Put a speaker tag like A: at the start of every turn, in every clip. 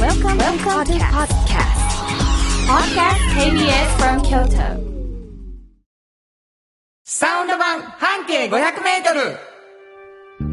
A: Welcome, to the podcast. Podcast KBS from Kyoto.
B: サウンド版半径500メートル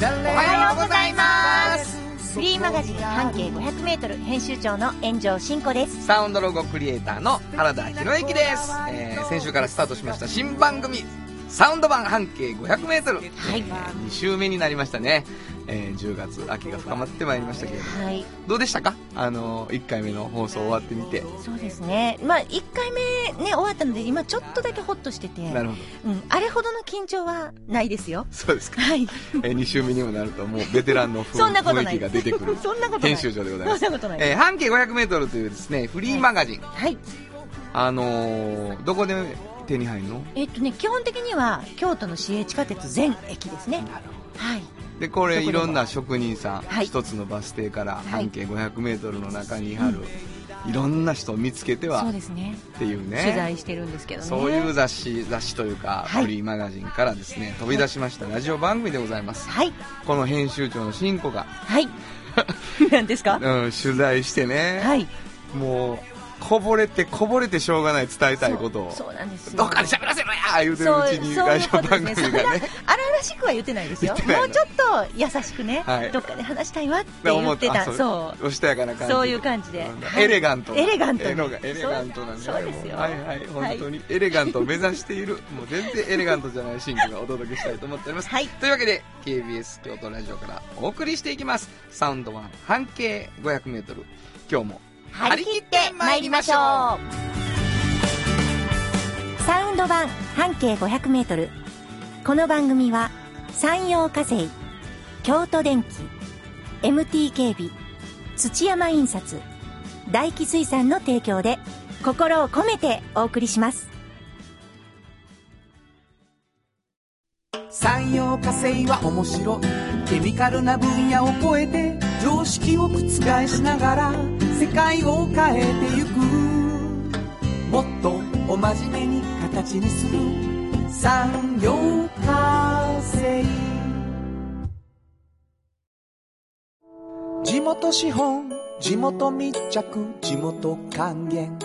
B: お
C: おはようございます
D: フリーマガジン半径 500m 編集長の炎上真子です
C: サウンドロゴクリエイターの原田博之です、えー先週からスタートしました新番組サウンド版半径 500m2
D: はい
C: 週目になりましたね、えー10月秋が深まってまいりましたけれども
D: はい
C: どうでしたかあの1回目の放送終わってみて
D: そうですねまあ1回目ね終わったので今ちょっとだけホッとしてて
C: なるほど
D: うん、あれほどの緊張はないですよ
C: そうですか、
D: はい
C: え2週目にもなるともうベテランの雰
D: そんなこと
C: 雰囲
D: ない
C: 気が出てく る
D: そんなことない
C: 編集長でございます
D: そんなことない
C: えー半径 500m というですねフリーマガジン、
D: はい
C: あのーどこで手に入るの
D: えっとね基本的には京都の市営地下鉄全駅ですね
C: なるほど
D: はい
C: でこ
D: ど
C: れ
D: こ
C: い
D: でも
C: ろんな職人さん、
D: はい
C: 一つのバス停から
D: い
C: 半径 500m の中にある、いろんな人を見つけては
D: そう
C: っ
D: ですね
C: ていうね
D: 取材してるんですけどね
C: そういう雑誌雑誌というか、
D: はい
C: フリーマガジンからですね飛び出しましたラジオ番組でございます、
D: はい
C: この編集長の新子が、
D: はい 何ですか
C: うん、取材してね、
D: はい
C: もうこぼれてこぼれてしょうがない伝えたいことを
D: そうそうなんですよ
C: どっかで喋らせろやー言うて
D: そう
C: るうちに
D: そう
C: ラ
D: い
C: ジ
D: うこ
C: オ
D: とで
C: 番
D: すね
C: 組
D: そんな
C: がね
D: 荒々しくは言ってないですよ
C: 言ってない
D: も
C: の
D: うちょっと優しくね、
C: はい
D: どっかで話したいわって言
C: 思
D: ってた
C: あ
D: そう
C: おしとやかな感じで
D: そういう感じで
C: なんだ
D: はい
C: エレガントな
D: エレガントに
C: えのがエレガントなん
D: そうそうですよ
C: はいはい
D: はい
C: 本当にエレガントを目指しているもう全然エレガントじゃないシンクがお届けしたいと思っております、
D: はい
C: というわけで KBS 京都ラジオからお送りしていきますサウンドワン半径 500m 今日も
D: 張り切ってまいりましょうサウンド版半径 500m この番組は山陽火星京都電機 MT 警備土山印刷大気水産の提供で心を込めてお送りします
B: 産業化成は面白いケミカルな分野を超えて常識を覆しながら世界を変えてゆくもっとお真面目に形にする産業化成地元資本地元密着地元還元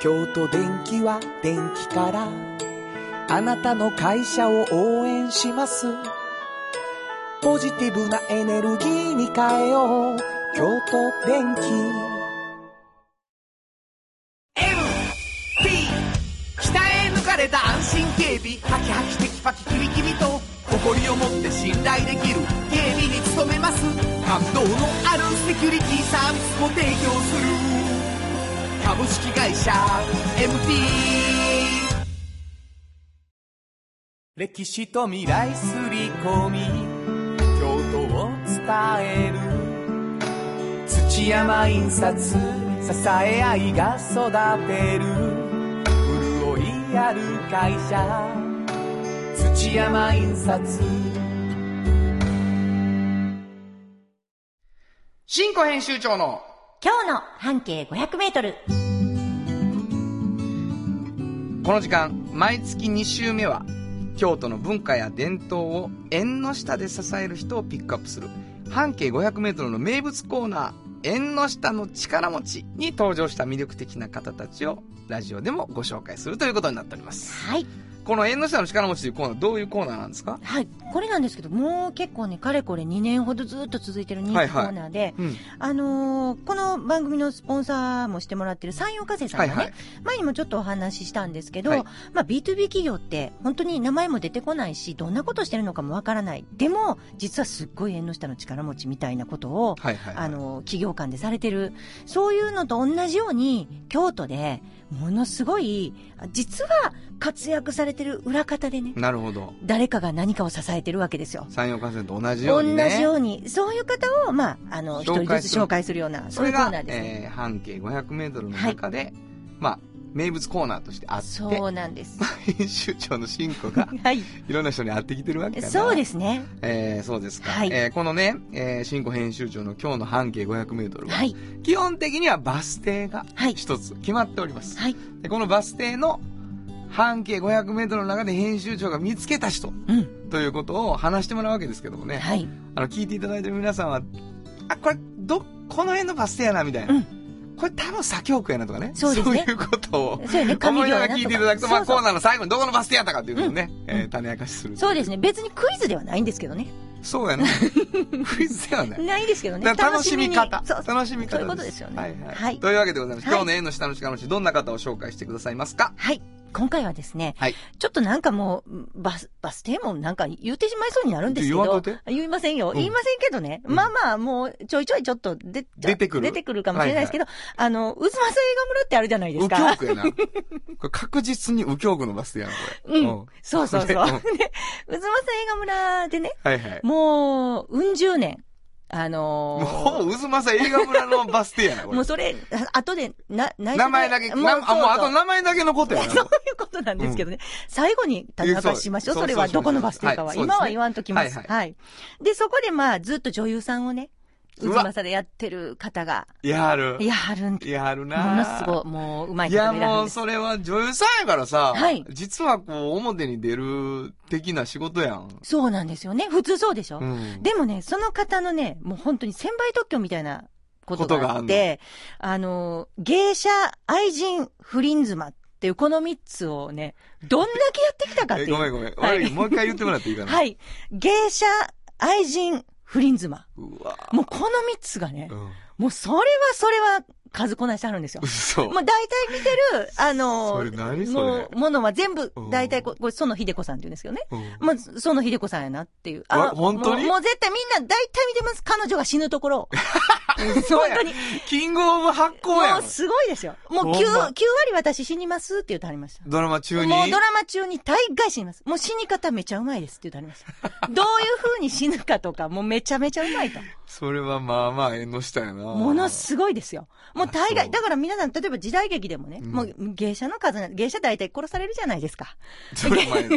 B: 京都電気は電気からあなたの会社を応援します。ポジティブなエネルギーに変えよう。京都電気。MT 鍛え抜かれた安心警備ハキハキテキパキキビキビと誇りを持って信頼できる警備に努めます感動のあるセキュリティサービスも提供する株式会社 MT 歴史と未来すり込み京都を伝える土山印刷支え合いが育てる潤いある会社土山印刷
C: 新子編集長の
D: 今日の半径 500m
C: この時間毎月2週目は京都の文化や伝統を縁の下で支える人をピックアップする半径 500m の名物コーナー「縁の下の力持ち」に登場した魅力的な方たちをラジオでもご紹介するということになっております
D: はい
C: この「縁の下の力持ち」というコーナーどういうコーナーなんですか
D: はい、これなんですけど、もう結構ね、かれこれ2年ほどずっと続いてる人気コ
C: はいはい
D: ーナーで、
C: うん
D: あのーこの番組のスポンサーもしてもらってる山陽火星さんがね、
C: はいはい
D: 前にもちょっとお話ししたんですけど、
C: はい
D: まあ B2B 企業って本当に名前も出てこないし、どんなことしてるのかもわからない。でも、実はすっごい縁の下の力持ちみたいなことを、
C: はいはいはい
D: あのー企業間でされてる。そういうのと同じように、京都でものすごい、実は活躍されてる裏方でね、
C: なるほど
D: 誰かが何かを支えてるわけですよ。
C: 山陽幹線と同じよ
D: 同
C: うにね
D: じように、そういう方を、まあ、あの、一
C: 紹
D: 人
C: 介
D: ず
C: する
D: つ紹介するような、
C: そ
D: そうい
C: れ
D: うコー
C: が、
D: ナーですね。
C: えー半径 500m の中で、まあ名物コーナーとしてあって
D: そうなんです
C: 編集長のシンコ が
D: はい
C: いろんな人に会ってきてるわけだな、
D: そうですすね
C: えーそうですか、
D: はい
C: えーこのね、えー、新庫編集長の今日の半径 500m は、
D: はい
C: 基本的にはバス停が
D: はい
C: 一つ決まっております、
D: はい
C: でこのバス停の半径 500m の中で編集長が見つけた人
D: うん
C: ということを話してもらうわけですけどもね、
D: はい
C: あの聞いていただいてる皆さんはあこれどこの辺のバス停やなみたいな、
D: うん
C: これ多分左京区やなとかね
D: そうですね
C: いうことを
D: そうやね
C: 思
D: 上
C: い
D: 条
C: なが
D: や
C: ら
D: な
C: 聞い
D: と
C: ていただくと、まあ、
D: かそ
C: コ
D: う
C: ーナーの最後にどこのバス停やったかっていうのをね、えー種明かしする。
D: そうですね別にクイズではないんですけどね
C: そ うやね。クイズではない。
D: ないですけどね
C: だから楽しみ方
D: 楽。しみにそう
C: 楽しみ方
D: そういうことですよね
C: はいはい。
D: はい
C: というわけでございます。
D: はい
C: 今日の縁の下の力持ち、どんな方を紹介してくださいますか
D: はい今回はですね、
C: はい
D: ちょっとなんかもう、バス、バス停もなんか言ってしまいそうになるんですけ
C: 言わん
D: ど
C: といて、
D: 言いませんよ、
C: うん
D: 言いませんけどね、
C: うん
D: まあまあ、もうちょいちょいちょっと出
C: 出てくる
D: 出てくるかもしれないですけど、あの、渦政映画村ってあるじゃないです
C: 右
D: か。
C: 京区やな。これ確実に右京区のバス停やな、これ。
D: うん そうそうそう。 で、
C: ね
D: 渦政映画村でね、
C: はいはい。
D: もう、うん十年、あ
C: も
D: のー
C: うほぼ渦政映画村のバス停やな、
D: も
C: これ
D: う。それ、あ後で、な、内緒で
C: 名前だけ、な
D: もう
C: あ
D: そう
C: もうあ
D: そ
C: と
D: う
C: 名前だけのことや な。
D: そういうことなんですけどね。最後に田中しましょう。
C: そう
D: それ
C: そう
D: は
C: そうそ
D: ど
C: う
D: このバス停か
C: は
D: は。
C: いそうですね
D: 今は言わんときます。
C: は
D: はいい、
C: は
D: で、そこでまあ、ずっと女優さんをね、う
C: う
D: ず
C: わ
D: まさでやってる方が、
C: やる。
D: やはるんで
C: やるな
D: ものすごい、もう、うまい
C: い
D: 方
C: や、
D: がいら
C: も
D: ん
C: う、
D: です。
C: それは女優さんやからさ、
D: はい
C: 実はこう、表に出る的な仕事やん。
D: そうなんですよね。普通そうでしょ、
C: うん。
D: でもね、その方のね、もう本当に千倍特許みたいなこと
C: ことが
D: があ
C: あん
D: っ
C: の
D: て、あの、芸者、愛人、不倫妻っていうこの三つをね、どんだけやってきたかって
C: え
D: いう。
C: ごめんごめん。
D: はい
C: 悪いもう一回言ってもらっていいかな。。
D: はいい。芸者、愛人、不倫妻。
C: うわ
D: もうこの三つがね
C: う、ん。
D: もうそれはそれは数こなしてあるんですよ。
C: 嘘。
D: もう大体見てる、あ
C: そ
D: の
C: れ何それ
D: もう、ものは全部
C: うん、
D: 大体こ、これ、園秀子さんって言うんですけどね。
C: うん
D: まあ、園秀子さんやなっていう。
C: わ本当に
D: もうもう絶対みんな大体見てます。彼女が死ぬところを。
C: 嘘
D: 本
C: や
D: 当に。
C: キングオブ発行や。
D: もうんすごいですよ。もう
C: ほんま
D: 9、九割私死にますって言ってありました。
C: ドラマ中に。
D: もうドラマ中に大概死にます。もう死に方めちゃうまいですって言ってありま した。どういう風に死ぬかとか、もうめちゃめちゃうまいと。
C: それはまあまあ、縁の下やな。
D: ものすごいですよ。もう大
C: あそ
D: 概、
C: う
D: だから皆さん、例えば時代劇でもね、
C: うん
D: もう芸者の数が、芸者大体殺されるじゃないです か。
C: それお前、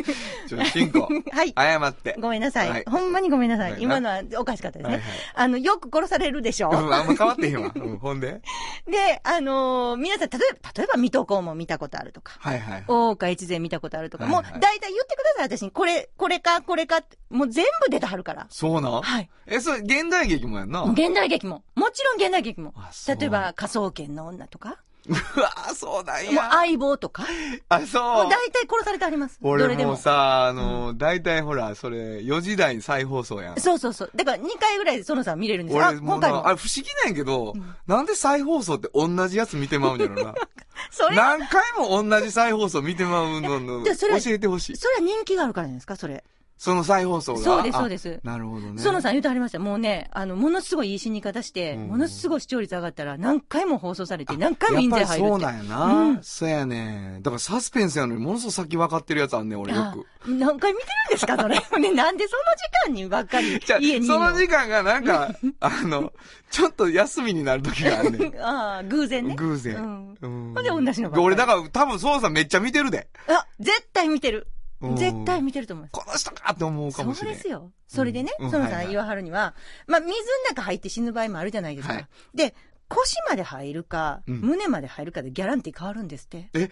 C: ちょ、進行。
D: はい。
C: 謝って。
D: ごめんなさい,、
C: はい
D: ほんまにごめんなさ
C: はい
D: い。今のはおかしかったですね。
C: はいはい
D: あの、よく殺されるでしょ。
C: うん、あんま変わってへんわ。うん、ほんで。
D: で、あのー皆さん、例えば、例えば、水戸黄門見たことあるとか。
C: はいはい。
D: 大岡越前見たことあるとか、
C: はいはい
D: もう大体言ってください、私に。これ、これか、これかって、もう全部出てはるから。
C: そうなん
D: はい。
C: え、それ、現代劇もやんな。
D: 現代劇も。もちろん現代劇も
C: あそう。
D: 例えば、科捜研の女とか、
C: うわぁ、そうなん
D: もう
C: や。
D: 相棒とか、
C: あ、
D: も
C: そう
D: 大
C: う。
D: 体殺されてあります。どれ
C: 俺
D: で
C: も
D: も
C: う。さ、あの、大体ほら、それ、4時台に再放送やん。
D: そうそうそう。だから2回ぐらいそのさん見れるんですよ。あ、
C: 俺、も
D: 今
C: う
D: 回
C: な、あ
D: も。
C: れ不思議なんやけど、なんで再放送って同じやつ見てまうんやろな。
D: それ、
C: 何回も同じ再放送見てまうのの、
D: でそれは
C: 教えてほしい。
D: それは人気があるからじゃないですか、それ。
C: その再放送が。
D: そうです、
C: あ
D: そうです。
C: なるほどね。
D: そのさん言うてはりました。もうね、あの、ものすごいいい死に方して、
C: うん
D: ものすごい視聴率上がったら、何回も放送されて、何回も印税入るって。
C: やっぱりそうなんやな。そうやね。だからサスペンスやのに、ものすごい先分かってるやつあんねん、俺よく。
D: あ何回見てるんですか、それ。 ね、なんでその時間にばっかり
C: じゃあ
D: 家にいる
C: その時間がな んか、あの、ちょっと休みになる時があんねん。
D: 間。ああ、偶然ね。
C: 偶然。
D: うん
C: うん
D: ほんで同じのばっかり
C: 俺だから多分そうさんめっちゃ見てるで。
D: あ、絶対見てる
C: うん。
D: 絶対見てると思います。
C: この人かって思うかもしれん。
D: そうですよ。それでね、
C: うんうん
D: その
C: は
D: さ
C: い
D: ん
C: はい
D: 言わはるには、まあ、水の中入って死ぬ場合もあるじゃないですか。
C: はい
D: で、腰まで入るか、
C: うん
D: 胸まで入るかでギャランティー変わるんですって。
C: え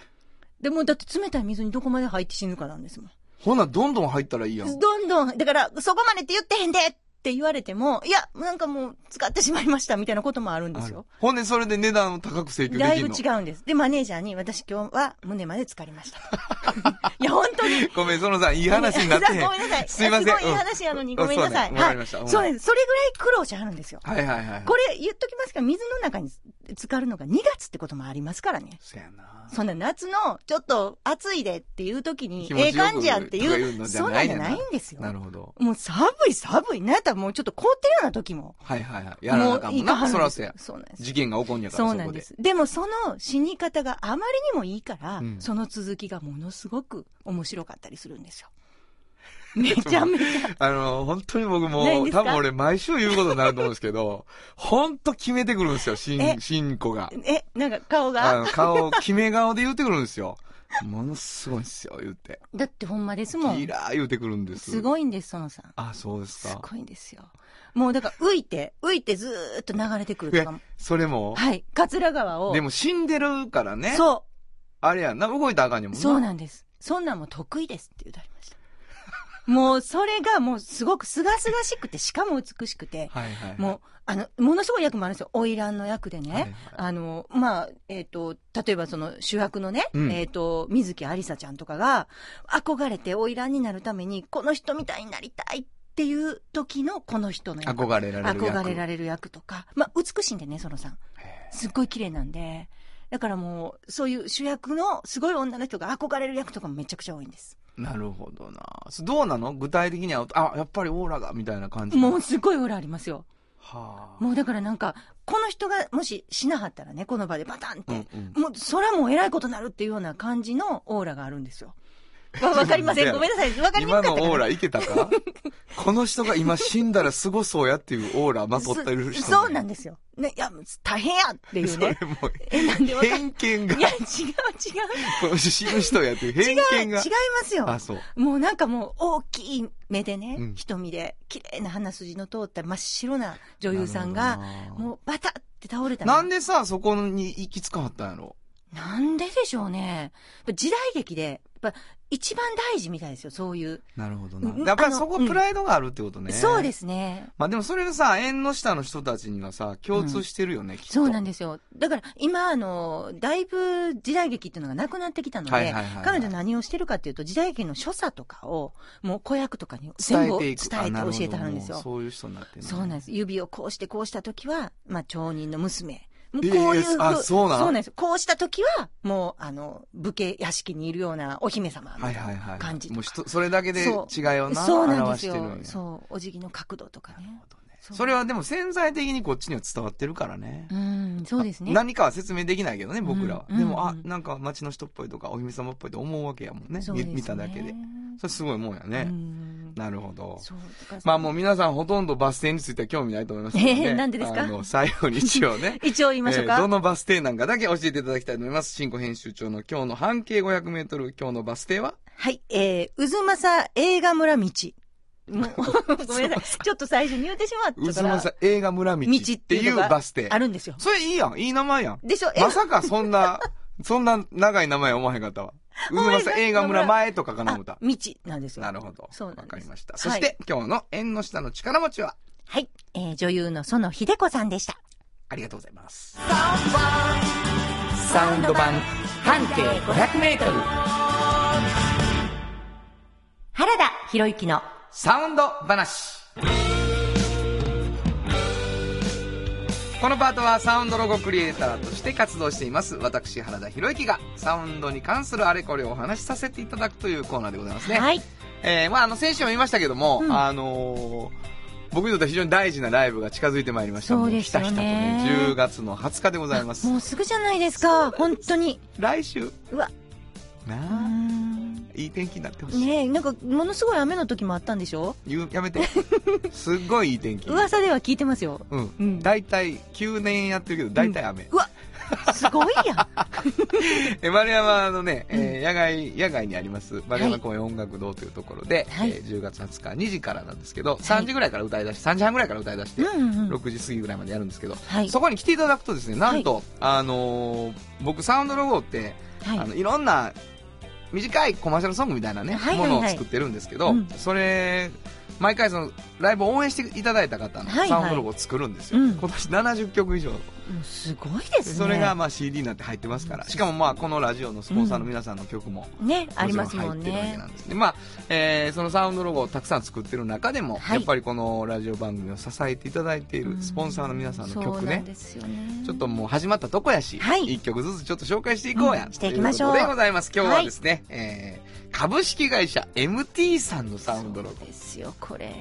D: でも、だって冷たい水にどこまで入って死ぬかなんですもん。
C: ほな、どんどん入ったらいいやん。
D: どんどん、だから、そこまでって言ってへんでって言われても、いや、なんかもう、使ってしまいましたみたいなこともあるんで
C: あ
D: す
C: る
D: よ。
C: ほんで、それで値段を高く請求で
D: だ
C: き
D: い
C: る
D: ぶ
C: の
D: 違。うんです。で、マネージャーに、私今日は胸まで浸かりま した。いや、本当に。
C: ごめん、そのさん、いい話になってへん。
D: ごめんなさい。
C: すいません。
D: ごいいい話やのに、
C: うん
D: ごめんなさい。
C: そうねわかりました。
D: は
C: う
D: い。
C: ん
D: そうです。それぐらい苦労しはるんですよ。
C: はいはいはい。
D: これ言っときますが、水の中に浸かるのが2月ってこともありますからね。
C: そやな。
D: そんな夏のちょっと暑いでっていう時に
C: 気、持
D: え
C: ちよ
D: え
C: く
D: 感じやんって
C: とか言う
D: い
C: の
D: う、
C: じゃ
D: そう
C: な
D: ないん
C: ね
D: じ
C: ん
D: ゃ
C: な
D: ないんですよ。
C: なるほど。
D: もう寒い寒い。なんやったらもうちょっと凍ってるような時も。
C: はいはいはい。やら
D: も
C: なあ
D: う
C: かんも
D: い
C: ん
D: かは
C: な。
D: る
C: そ
D: ん
C: ら
D: で
C: そ
D: す
C: や
D: よ。。そうなんです。
C: 事件が起こんやから、
D: そう
C: そ
D: な
C: こ
D: んで
C: で。
D: す。でもその死に方があまりにもいいから、
C: うん
D: その続きがものすごく面白かったりするんですよ。めちゃめち ゃ。
C: あの、本当に僕も
D: ないん、ですか
C: 多分俺毎週言うことになると思うんですけ ど、本当決めてくるんですよ、し
D: え
C: ん、しんこが。
D: え、なんか顔
C: あ
D: が
C: の、。顔、決め顔で言ってくるんですよ。ものすごいんですよ、言って。
D: だってほんまですも
C: ギ
D: ん。
C: ラー言ってくるんです。
D: す
C: い。
D: ごいんです、そのさん。
C: あ、そうです
D: す
C: か。
D: ごいんですよ。もうだから浮いて、浮いてずーっと流れてくる
C: い
D: とか
C: や
D: も。、
C: それも、
D: はい。桂川を。
C: でも死んでるからね。
D: そ
C: あれやんな、動いたらあかんねん
D: う。
C: もん
D: そう
C: な
D: なんです。そんなんもう得意ですって言うてありました。もうそれがもうすごく清々しくて、しかも美しくて。
C: はいはいはい。
D: もう、あの、ものすごい役もあるんですよ。花魁の役でね。
C: はいはい
D: あの、まあ、えっ、と、例えばその主役のね、
C: うん
D: えっ、と、水木ありさちゃんとかが、憧れて花魁になるために、この人みたいになりたいっていう時のこの人の役。
C: 憧れられる役。
D: 憧れら
C: れ
D: れる役とか。まあ、美しいんでね、そのさん。すっごい綺麗なんで。だからもう、そういう主役のすごい女の人が憧れる役とかもめちゃくちゃ多いんです。
C: なるほどな。そどうなの具体的には、あ、やっぱりオーラが、みたいな感じ。
D: もうすごいオーラありますよ。
C: はあ。
D: もうだからなんか、この人がもししなはったらね、この場でバタンって、
C: うんうん
D: もうそれはもう偉いことになるっていうような感じのオーラがあるんです よ。わわかりませ
C: い
D: ん。
C: や
D: ごめんなさい。わかりにくか
C: 今
D: った
C: の
D: かな
C: オーラい けたかこの人が今死んだらすごそうやっていうオーラまとってる人。
D: そそうなん
C: で
D: ですよ。ね、いや、大変やってい
C: そうれ
D: ね。
C: も
D: え、なんでわかい
C: 偏見が、
D: や、違う違
C: この死ぬ人やっていう
D: う。違う、
C: 偏
D: 違い
C: 見が。
D: ますよ。
C: あ、そう。
D: もうなんかもう大きい目でね、
C: うん
D: 瞳で、綺麗な鼻筋の通った真っ白な女優さんが、
C: なるほどな
D: もうバタって倒れたの
C: なんでさ、そこに行きつかはったんやろ
D: なんででしょうね。やっぱ時代劇で、やっぱ一番大事みたいですよ、そういう。
C: なるほど
D: うん
C: な。やっぱりそ
D: あ
C: こ
D: のうん
C: プライドがあるってことね。。
D: そうですすね。
C: まあでもそれがさ、縁の下の人たちにはさ、共通してるよね、きっと。
D: そうなん
C: で
D: ですよ。だから今、あの、だいぶ時代劇っていうのがなくなってきたので、
C: はいはいはいはい
D: 彼女何をしてるかっていうと、時代劇の所作とかを、もう子役とかに全部を伝えて
C: あな
D: 教
C: るほど
D: えてはるんです
C: も
D: よ。
C: うそういう人になってるね
D: そうなんです。指をこうしてこうした時は、まあ、町人の娘。もう
C: ええ
D: こういうふう、
C: あそうなん
D: です。こうした時は、もう、あの、武家屋敷にいるようなお姫様みた
C: はいいはい
D: な
C: はい。
D: 感じと
C: もう
D: か。
C: 人それだけで違いをな、
D: そうなんで
C: 表
D: す
C: してる
D: よ
C: ん。や
D: そう。お辞儀の角度とかね。う
C: それはでも潜在的にこっちには伝わってるからね。
D: うん、そうですね。
C: 何かは説明できないけどね、僕らは。
D: うん
C: で
D: うん
C: も、あ、なんか町の人っぽいとか、お姫様っぽいと思うわけやもんね。
D: そうです
C: み
D: ね
C: 見ただけで。それすごいもんや
D: う
C: ね。
D: ん
C: なるほど。
D: そう。だから
C: まあもう皆さんほとんどバス停については興味ないと思いますけどね。
D: ええなんでですか。
C: あの、最後に一応ね
D: 一応言いましょうか。
C: えーどのバス停なんかだけ教えていただきたいと思います。新庫編集長の今日の半径500メートル、今日のバス停は
D: はい、えー、渦政映画村道。 もうごめんなさい。ちょっと最初に言ってしまっ
C: 渦
D: たから。
C: 政映画村道っていうバス停
D: あ。るんですよ。
C: それいいやん。いい名前やん。
D: でしょ、え
C: まさかそんな、 そんな長い名前思わへんかったわ。うずまさ映画村前とかかな思った
D: あ。道なんですよ。
C: なるほど。
D: そうなんです
C: わかりました。
D: はい
C: そして、今日の縁の下の力持ちは、
D: はい、えー、女優の園秀子さんでした。
C: ありがとうございます。
A: サウンド版半径500メートル
D: 原田博之の。
C: サウンド話。このパートはサウンドロゴクリエイターとして活動しています。私、原田博之がサウンドに関するあれこれをお話しさせていただくというコーナーでございますね。
D: はい。
C: えー、まああの、先週も言いましたけども、
D: うん
C: あのー僕にとっては非常に大事なライブが近づいてまいりました。
D: そうですよね
C: もひたひたとね、10月の20日でございます
D: も。うすぐじゃないですか、本当に。
C: 来週。
D: うわ。うー
C: なあ、
D: ん
C: いい天気になってほしい。
D: ねえ、なんか、ものすごい雨の時もあったんでしょ
C: 言うやめて。 すっごいいい天気。
D: 噂では聞いてますよ。
C: うん。
D: うん。
C: 大体、9年やってるけど、大体雨。
D: うわ、すごい やん。
C: え、丸山のね、えー野外、野外にあります、丸山公園音楽堂というところで、
D: はい
C: えー10月20日2時からなんですけど、3時ぐらいから歌い出して、3時半ぐらいから歌い出して、
D: うんうんうん。
C: 6時過ぎぐらいまでやるんですけど、
D: はい。
C: そこに来ていただくとですね、なんと、あのー僕、サウンドロゴって、
D: はい
C: あの、いろんな、短いコマーシャルソングみたいなね、
D: はいはいはい
C: ものを作ってるんですけど、
D: うん
C: それ、毎回その、ライブを応援していただいた方の
D: はいはい
C: サウンドロゴを作るんですよ。
D: うん
C: 今年70曲以上。
D: もうすごいですね。
C: それが、まあ CD になって入ってますから。しかもまあ、このラジオのスポンサーの皆さんの曲も、
D: ね、あり
C: ちろ
D: ますもん
C: 入ってるわけ
D: ね
C: な。んですでまあ、えーそのサウンドロゴをたくさん作ってる中でも、
D: はい
C: やっぱりこのラジオ番組を支えていただいているスポンサーの皆さんの
D: そ
C: 曲
D: うなん
C: ね、
D: ですよね。
C: ちょっともう始まったとこやし、
D: はい
C: 一曲ずつちょっと紹介していこうや、
D: うんしていきましょう
C: ということでございます。今日はですね、えー株式会社 MT さんのサウンドロゴ
D: そう。ですよ、これ。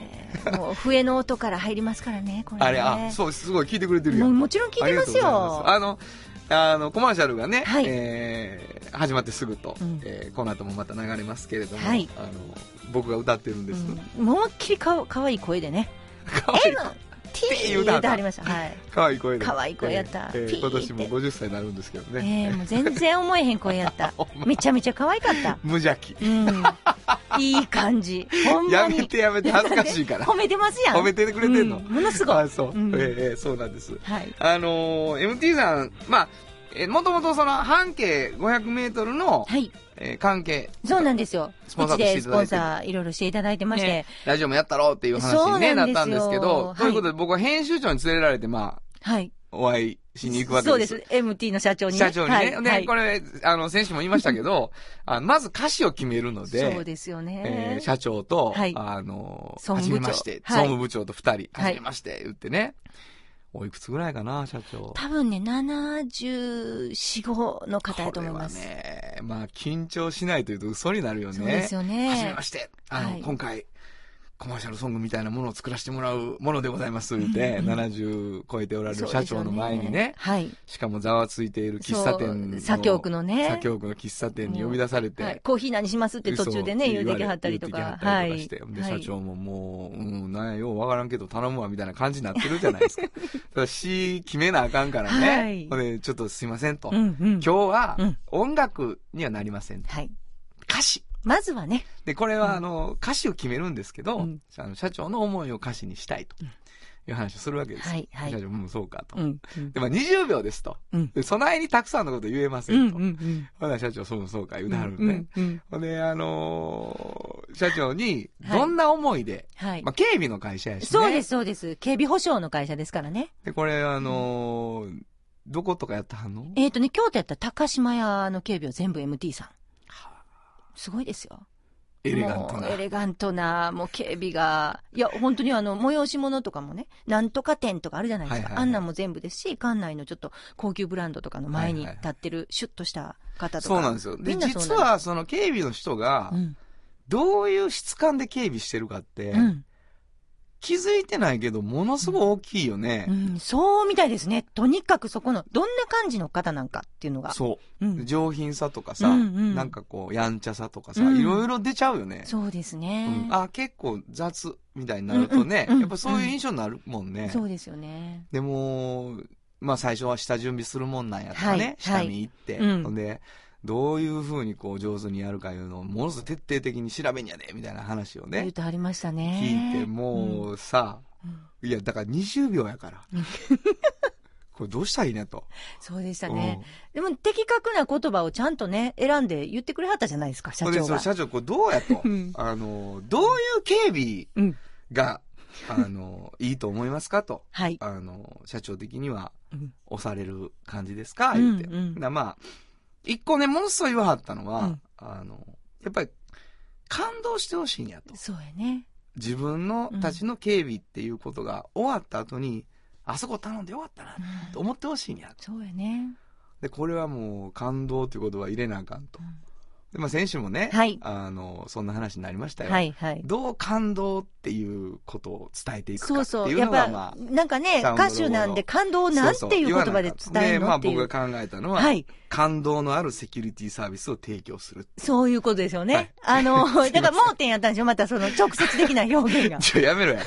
D: もう笛の音から入りますからね、これ、ね。
C: あれ、あ、そう、すごい聞いてくれてる
D: も
C: よ。
D: うもちろん聞いてます
C: ありがとうござい
D: よ。
C: ますあの、あのコマーシャルがね、
D: はい
C: えー始まってすぐと、
D: うん
C: えーこの後もまた流れますけれども、
D: はい
C: あの僕が歌ってるんです、
D: うんもう思いっきりかわ可愛い声でね
C: か
D: 「
C: わいい
D: M」T 言うてはりましたはい
C: かわいい声で
D: かわいい声やった
C: えーえー
D: ピーって
C: 今年も50歳になるんですけど ね、
D: えー、もう全然思えへん声やった
C: ほんま
D: めちゃめちゃ可愛かった
C: 無邪気
D: うんいい感じほんま
C: や
D: に
C: めてやめて恥ずかしいか ら
D: 褒めてますやん
C: 褒めてくれてんの
D: うんものすごい
C: あそ
D: う
C: う、
D: ん
C: えーそうなんです
D: はい
C: あのー MT さんまあえーもともとその半径 500m の、
D: はい
C: えー関係
D: そうなんですよ
C: スポ
D: う
C: ンサ
D: ち
C: ーとし
D: で
C: てい
D: ス
C: ただ
D: ポ
C: いて
D: ンサーいろいろしていただいてまして、
C: ねラジオもやったろうっていう話に、ね、
D: そうな
C: なん
D: ですよ
C: ったんですけど、
D: はい
C: ということで僕は編集長に連れられて、まあ、
D: はい
C: お会いしに行くわけ
D: そうで
C: で。
D: すす MT の社長にね
C: 社長にね。
D: はい
C: で、
D: はい
C: これ、あの、先週も言いました けど、あのまず歌詞を決めるので、
D: そうですよ
C: え
D: ね
C: ー、社長と、
D: はい
C: あの、
D: 総務部長
C: はじめまして、
D: はい
C: 総務部長と二人、
D: はい
C: はじめまして、言ってね。おいくつぐらいかな、社長。
D: 多分ね745の方やと思います、
C: これはね、まあ、緊張しないというと嘘になるよね。
D: そうですよ
C: はじめ
D: ね
C: まして。あの、
D: はい
C: 今回、コマーシャルソングみたいなものを作らせてもらうものでございます、言って、
D: うんうん
C: 70超えておられ
D: そ
C: る
D: う
C: 社長の前にね、
D: はい
C: しかもざわついている喫茶店
D: そ
C: の
D: う左京区のね
C: 左京区の喫茶店に呼び出されて、
D: はい、コーヒー何しますって途中でね、言
C: 嘘を
D: うてきはったりと
C: 言う
D: か
C: て。きはっ
D: は
C: たり
D: い。
C: とかして、
D: はい
C: で、社長ももう、うん、なんや、ようわからんけど頼むわ、みたいな感じになってるじゃない ですか。ただ、詩決めなあかんからね。
D: はい
C: ほんでちょっとすいませんと。
D: うんうん。
C: 今日は
D: うん、
C: 音楽にはなりません。
D: はい。
C: 歌詞。
D: まずはね、
C: で、これは、あの、歌詞を決めるんですけど、
D: うん
C: あの社長の思いを歌詞にしたいと
D: うん
C: いう話をするわけですよ。
D: はいはい
C: 社長、うん、そうかと。
D: うん。
C: で、まあ、20秒ですと。
D: うん
C: で、備えにたくさんのこと言えま
D: う
C: せ
D: ん
C: ん
D: う
C: と。
D: ん
C: ほな、社長、そうそうか、言
D: う。
C: うんなはるね。
D: うんうん。
C: ほんで、あのー社長に、
D: はい
C: どんな思いで、
D: はい
C: まあ、。警備の会社やしね。
D: そうです、。そうです。警備保障の会社ですからね。
C: で、これ、あのーどことかやったはんの
D: えっとね、京都やったら高島屋の警備を全部 MT さん。すごいですよ。
C: エレガント
D: も
C: な
D: うエ。レガントな、もう警備が、いや、本当にあの、催し物とかもね、なんとか店とかあるじゃないですか。
C: はいはいはい
D: あんなんも全部ですし、館内のちょっと高級ブランドとかの前に立ってる、シュッとした方とか。
C: そうなんですよ。
D: み
C: で、
D: んなそうなんです
C: 実は、その警備の人が
D: う、ん。
C: どういう質感で警備してるかって、
D: うん。
C: 気づいてないけど、ものすごい大きいよね。
D: うんそうみたいですね。とにかくそこの、どんな感じの方なんかっていうのが。
C: そうう。
D: ん。
C: 上品さとかさ、
D: うんうん
C: なんかこう、やんちゃさとかさ、
D: うん
C: いろいろ出ちゃうよね。
D: そうですね。
C: うんあ、結構雑みたいになるとね、
D: うんうんうん
C: やっぱそういう印象になるもんね。
D: そうですよね。
C: でも、まあ最初は下準備するもんなんやとかね、
D: はい
C: 下見行って、
D: はいうん
C: ほんで、どういうふうにこう上手にやるかいうのをものすごく徹底的に調べんやで、みたいな話を
D: 言う
C: ね、
D: とありましたね。
C: 聞いて、もうさ、
D: うん、うん
C: いや、だから20秒 やから
D: うん。
C: これどうしたらいいねと。
D: そうでした
C: うん
D: ね。でも、的確な言葉をちゃんとね、選んで言ってくれはったじゃないですか、社
C: ほんで
D: 長
C: そう
D: が。
C: 社長、これどうや と
D: うん。
C: あの、どういう警備
D: うん。
C: が、あの、いいと思いますかと。
D: はい。
C: あの、社長的には
D: うん
C: 押される感じです
D: う
C: か言
D: ん
C: って。
D: うん
C: なまあ、一個ね、ものすごい言わはったのは、
D: うん
C: あの、やっぱり、感動してほしいんやと。
D: そうやね。
C: 自分の
D: うん
C: たちの警備っていうことが終わった後に、あそこ頼んでよかったな、と思ってほしいんやと。
D: そうやね。
C: で、これはもう、感動ということは入れなあかんと
D: うん。
C: で、まあ、先週もね、
D: はい
C: あの、そんな話になりましたよ。
D: はいはい。
C: どう感動っていうことを伝えていく
D: そ
C: か
D: う
C: って
D: そう。
C: いう
D: やっ
C: のが、
D: ぱ、
C: まあ、
D: なんかね、
C: サウンドロゴ
D: 歌
C: の
D: 手なんで感動をなんていう言葉で伝える
C: でま
D: の
C: あ
D: っていう
C: 僕。が考えたのは、
D: はい。
C: 感動のあるセキュリティサービスを提供する。
D: そういうことですよね。
C: は
D: あ
C: い
D: の、だから盲点やったんでしょまたその直接的な表現が。
C: ちょ、やめろや。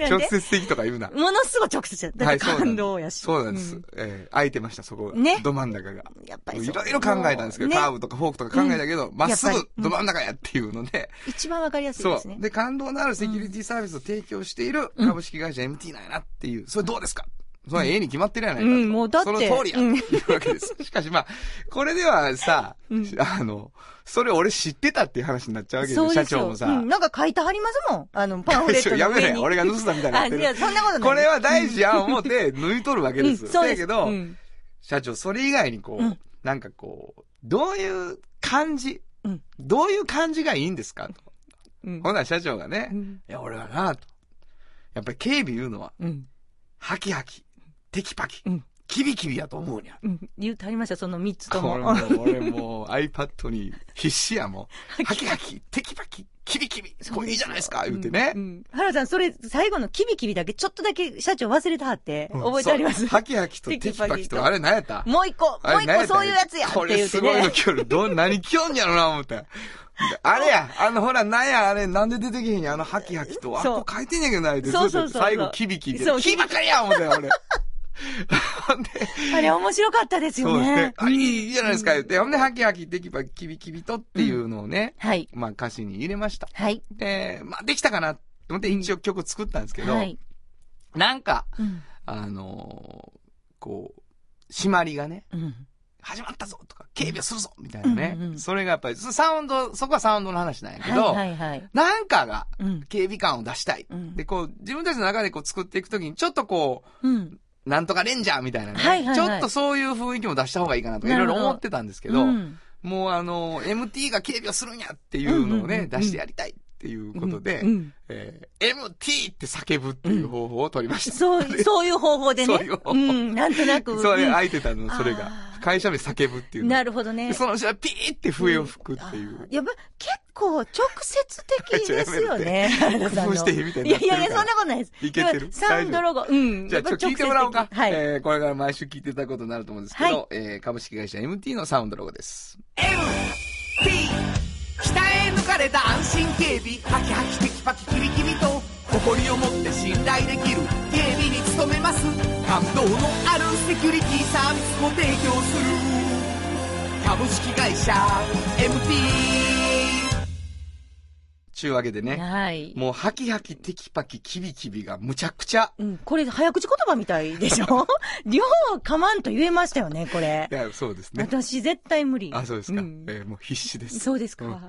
D: なん
C: 直
D: で
C: 接的とか言うな。
D: ものすごい直接やった。だ
C: は
D: っ
C: い
D: て
C: そうなんです
D: 感動やし。
C: そうなんです。えー空いてました、そこが。
D: ね
C: ど真ん中が。
D: うん。やっぱりそう
C: いろいろ考えたんですけど、
D: ね
C: カーブとかフォークとか考えたけど、ま、っす
D: やっ
C: ぐ
D: ぱりうん
C: ど真ん中やっていうので、
D: 一番わかりやすい
C: そ
D: ですね
C: う。。で、感動のあるセキュリティサービスを提供している
D: うん
C: 株式会社 MT なんやなっていう、それどうですかそれはええに決まってるやないかと。
D: うん、もうだって。
C: その通りや、
D: うん
C: っていうわけです。 しかしまあ、これではさ、
D: うん
C: あの、それ俺知ってたっていう話になっちゃうわけです
D: そ
C: よ、
D: う
C: 社
D: ですよ
C: 長もさ。
D: うん、なんか書いてはりますもん。あの、パンフレ ット
C: や
D: の
C: めろ
D: 上
C: や、
D: に。
C: 俺が盗んだみたいにな
D: あ、
C: って
D: い
C: る
D: や、。そんなことない。
C: これは大事や思って抜いとるわけ
D: う
C: で
D: ん、
C: す。
D: そうです。
C: だけど、
D: うん
C: 社長、それ以外にこう、
D: うん
C: なんかこう、どういう感じ、
D: うん
C: どういう感じがいいんですかと。
D: うん
C: ほな、社長がね、
D: う
C: い
D: ん
C: や、俺はな、と。やっぱり警備いうのは、
D: うん
C: ハキハキ、テキパキ、
D: うん
C: キビキビやと思うにゃ。
D: うん言うてありました、その3つと
C: これ
D: も。
C: もう、俺もう iPad に必死やもん。ハキハキ、テキパキ、キビキビ、これいいじゃないですか、言うてね
D: う。ん。原田さん、それ、最後のキビキビだけ、ちょっとだけ社長忘れてはって、覚えてありま
C: そ
D: す
C: う。ハキハキとテキパキと、あれ何やった
D: もう一個、も
C: あ
D: う
C: れ
D: 一
C: 何
D: 個
C: った
D: そういうやつやって
C: こ
D: 言
C: れ
D: うて
C: すごい
D: ね
C: の。来よる。どん、何来よんやろな、思った。あれや、あの、ほら、なんや、あれ、なんで出てけへんや、あの、ハキハキと。あ
D: そう
C: こ書いてんやけどないで、ず
D: そ
C: っ
D: う
C: と
D: そうそうそう
C: 最後、キビキビで
D: そう。
C: キビばっかりや、思ったよ、 俺。 ほんで、
D: あれ面白かったです
C: そ
D: よ
C: うですね
D: ね。。
C: あ、いいじゃないですか、言って。ほんで、ハキハキ、テキパキ、キビキビとっていうのをね、
D: はい。
C: まあ、歌詞に入れました。
D: はい。
C: で、まあ、できたかなと思って、一応曲作ったんですけど、
D: はい。
C: なんか、
D: うん。
C: あのーこう、締まりがね、
D: うん。
C: 始まったぞとか、警備をするぞみたいなね。
D: うんうんうん
C: それがやっぱり、そサウンド、そこはサウンドの話なんやけ
D: は
C: ど、
D: いはいはい。
C: なんかが
D: うん。
C: 警備感を出したい。
D: うん
C: で、こう、自分たちの中でこう作っていくときに、ちょっとこ
D: うん。
C: う、なんとかレンジャーみたいなね、
D: はいはいはい
C: ちょっとそういう雰囲気も出した方がいいかなとか、い
D: な
C: ろ
D: る
C: い
D: ほ
C: ろ
D: ど
C: 思ってたんですけど、
D: うん
C: もうあの、MT が警備をするんやっていうの
D: うんう
C: をね、
D: んうんうん
C: 出してやりたいっていうことで、
D: うん
C: えー MT って叫ぶっていう方法を取りました。
D: そう、そういう方法でね。
C: そういう方法
D: ん。なんとなく。
C: それ、
D: うん
C: 空いてたの、それが
D: あ。ー
C: 会社名叫ぶっていうの。
D: なるほど
C: で
D: ね。
C: その後ろはピーって笛を吹くってい う。
D: やっぱ結構直接的ですよ ね。 工
C: 工夫してみたい
D: い
C: に
D: や
C: なって
D: い
C: るか
D: や
C: ら
D: いや、そんなことないです。
C: いけてる
D: やっぱサウンドロゴ。うん。
C: じゃあ、ちょっと聞いてもらおうか。
D: やっぱ直接的はい。
C: えーこれから毎週聞いていただくことになると思うんですけど、
D: はい
C: えー株式会社 MT のサウンドロゴです。
B: T 鍛え抜かれた安心警備ハキハキテキパキキビキビと誇りを持って信頼できる警備に努めます感動のあるセキュリティサービスも提供する株式会社 MT
C: ちゅうわけでね、
D: はい。
C: もうハキハキテキパキキビキビがむちゃくちゃ。
D: うん、これ早口言葉みたいでしょ 両方かまんと言えましたよね、これ
C: い。や、そうですね。
D: 私絶対無理。
C: あ、そうですか。
D: ん
C: えーもう必死です。
D: そうですか。
C: んも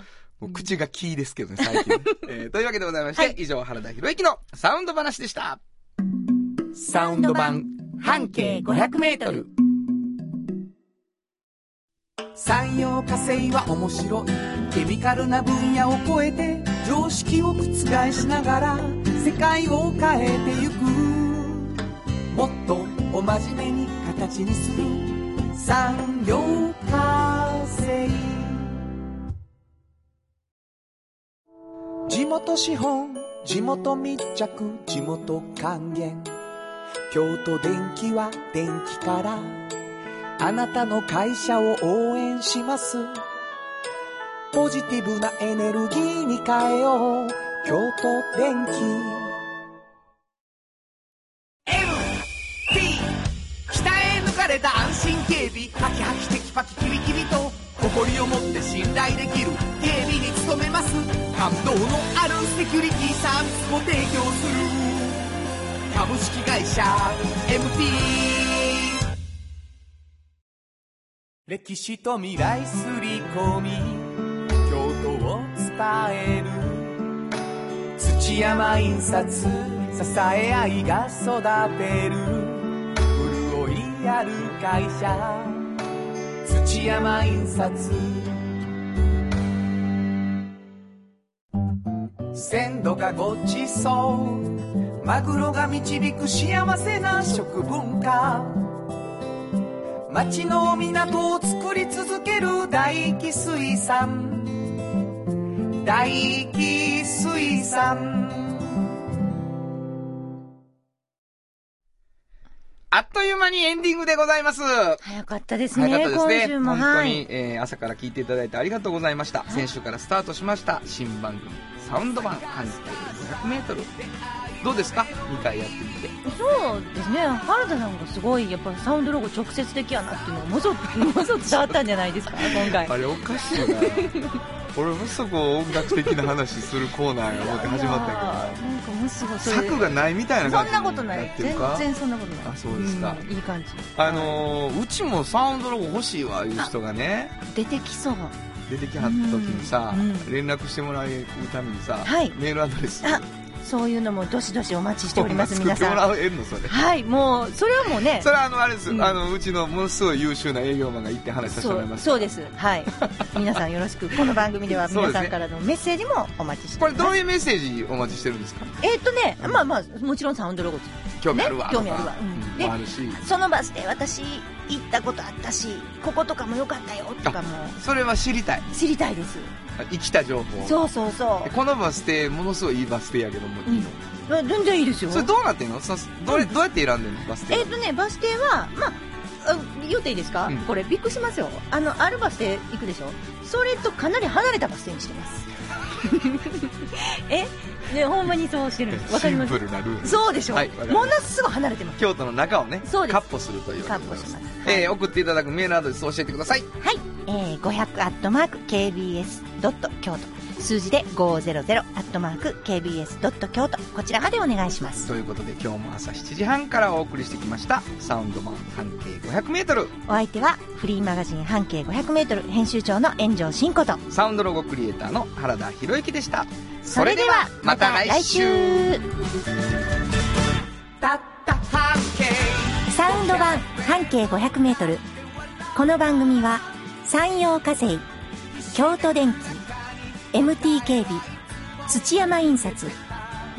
C: う口がキーですけどね、最近ね。えーというわけでございまして、
D: はい
C: 以上、原田博之のサウンド話でした。
E: サウンド版半径500メートル
B: 産業化成は面白いケミカルな分野を超えて常識を覆しながら世界を変えてゆくもっとお真面目に形にする産業化成地元資本地元密着地元還元京都電気は電気からあなたの会社を応援します。ポジティブなエネルギーに変えよう。京都電気。MT 鍛え抜かれた安心警備ハキハキテキパキキビキビと誇りを持って信頼できる警備に努めます感動のあるセキュリティサービスも提供する株式会社 MT 歴史と未来すり込み京都を伝える土山印刷支え合いが育てる潤いある会社土山印刷鮮度がごちそうマグロが導く幸せな食文化町の港を作り続ける大気水産大気水産
C: あっという間にエンディングでございます。
D: 早かったですね、
C: 早かったです
D: 今
C: ね。
D: 週も。
C: 本当
D: は
C: に、
D: い。
C: えー朝から聞いていただいてありがとうございました。先週からスタートしました新番組サウンド版半径500メートル。どうですか ?2 回やってみて。
D: そうですね、原田さんがすごい、やっぱサウンドロゴ直接的やなっていうのがもぞ、もぞ伝わったんじゃないですか、今回。
C: あれお かしいな。俺もそこ音楽的な話するコーナーや思って始まったんや
D: いやーなんかもうすごい
C: けど、策がないみたいな
D: そ
C: 感
D: ん
C: じ
D: なことない
C: っ。てる
D: 全
C: か。
D: 然そんなことない。
C: あそうですか
D: んいい感じ。
C: あのーうちもサウンドロゴ欲しいわ、いう人がね、
D: 出てきそう。
C: 出てきはった時にさ
D: う、ん
C: 連絡してもらうためにさ、
D: はい
C: メールアドレス
D: あそういうのもどしどしお待ちしております、
C: 作
D: 皆
C: っても
D: さん。
C: らえるの、それ。
D: はい、もう、それはもうね
C: そ。れはあのあれです、
D: うん
C: あのうちのものすごい優秀な営業マンが行って話させてもらいます
D: そうです。 はい。皆さんよろしく。この番組では皆さんからのメッセージもお待ちして
C: こ
D: お
C: れ
D: り
C: ど
D: ま
C: う
D: す。
C: いうメッセージお待ちしてるんですか
D: えーっとね、まあまあ、もちろんサウンドロゴ、
C: 興味あるわとか、
F: ね興味あるわうん
C: うん
F: で
C: もあるし
F: そのバスで私行ったことあったしこことかも良かったよとかも
C: それは知りたい
F: 知りたいです
C: 生きた情報
F: そうそうそ
C: でこのバス停ものすごいいいバス停やけどもいいの、
F: うあ全然いいですよ
C: それどうなってんのそどれどうやって選んでんのバス停
F: えっとねバス停はまああ言うていいですか、
C: うん
F: これびっくりしますよあのあるバス停行くでしょそれとかなり離れたバス停にしてます えねほんまにそうしてるんですわか
C: シ
F: り
C: ン
F: ます
C: プルなルール
F: そうでしょ、
C: はいわかり
F: も
C: まし
F: のすごい離れてます
C: た京都の中をね
F: そうです
C: カッポするというわけでござい
F: カッポします
C: えー送っていただくメールアドレス教えてください
D: はい、えー、500アットマーク KBS ドット京都数字で500アットマーク KBS ドット京都こちらまでお願いします
C: ということで今日も朝7時半からお送りしてきましたサウンドマン半径 500m
D: お相手はフリーマガジン半径 500m 編集長の炎上真子と
C: サウンドロゴクリエイターの原田博之でしたそれではまた来週たった半径
D: サウンド版半径 500m この番組は山陽火星京都電機 MT 警備土山印刷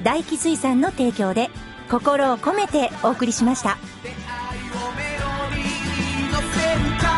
D: 大気水産の提供で心を込めてお送りしました
B: 愛をメロディーに乗せ歌う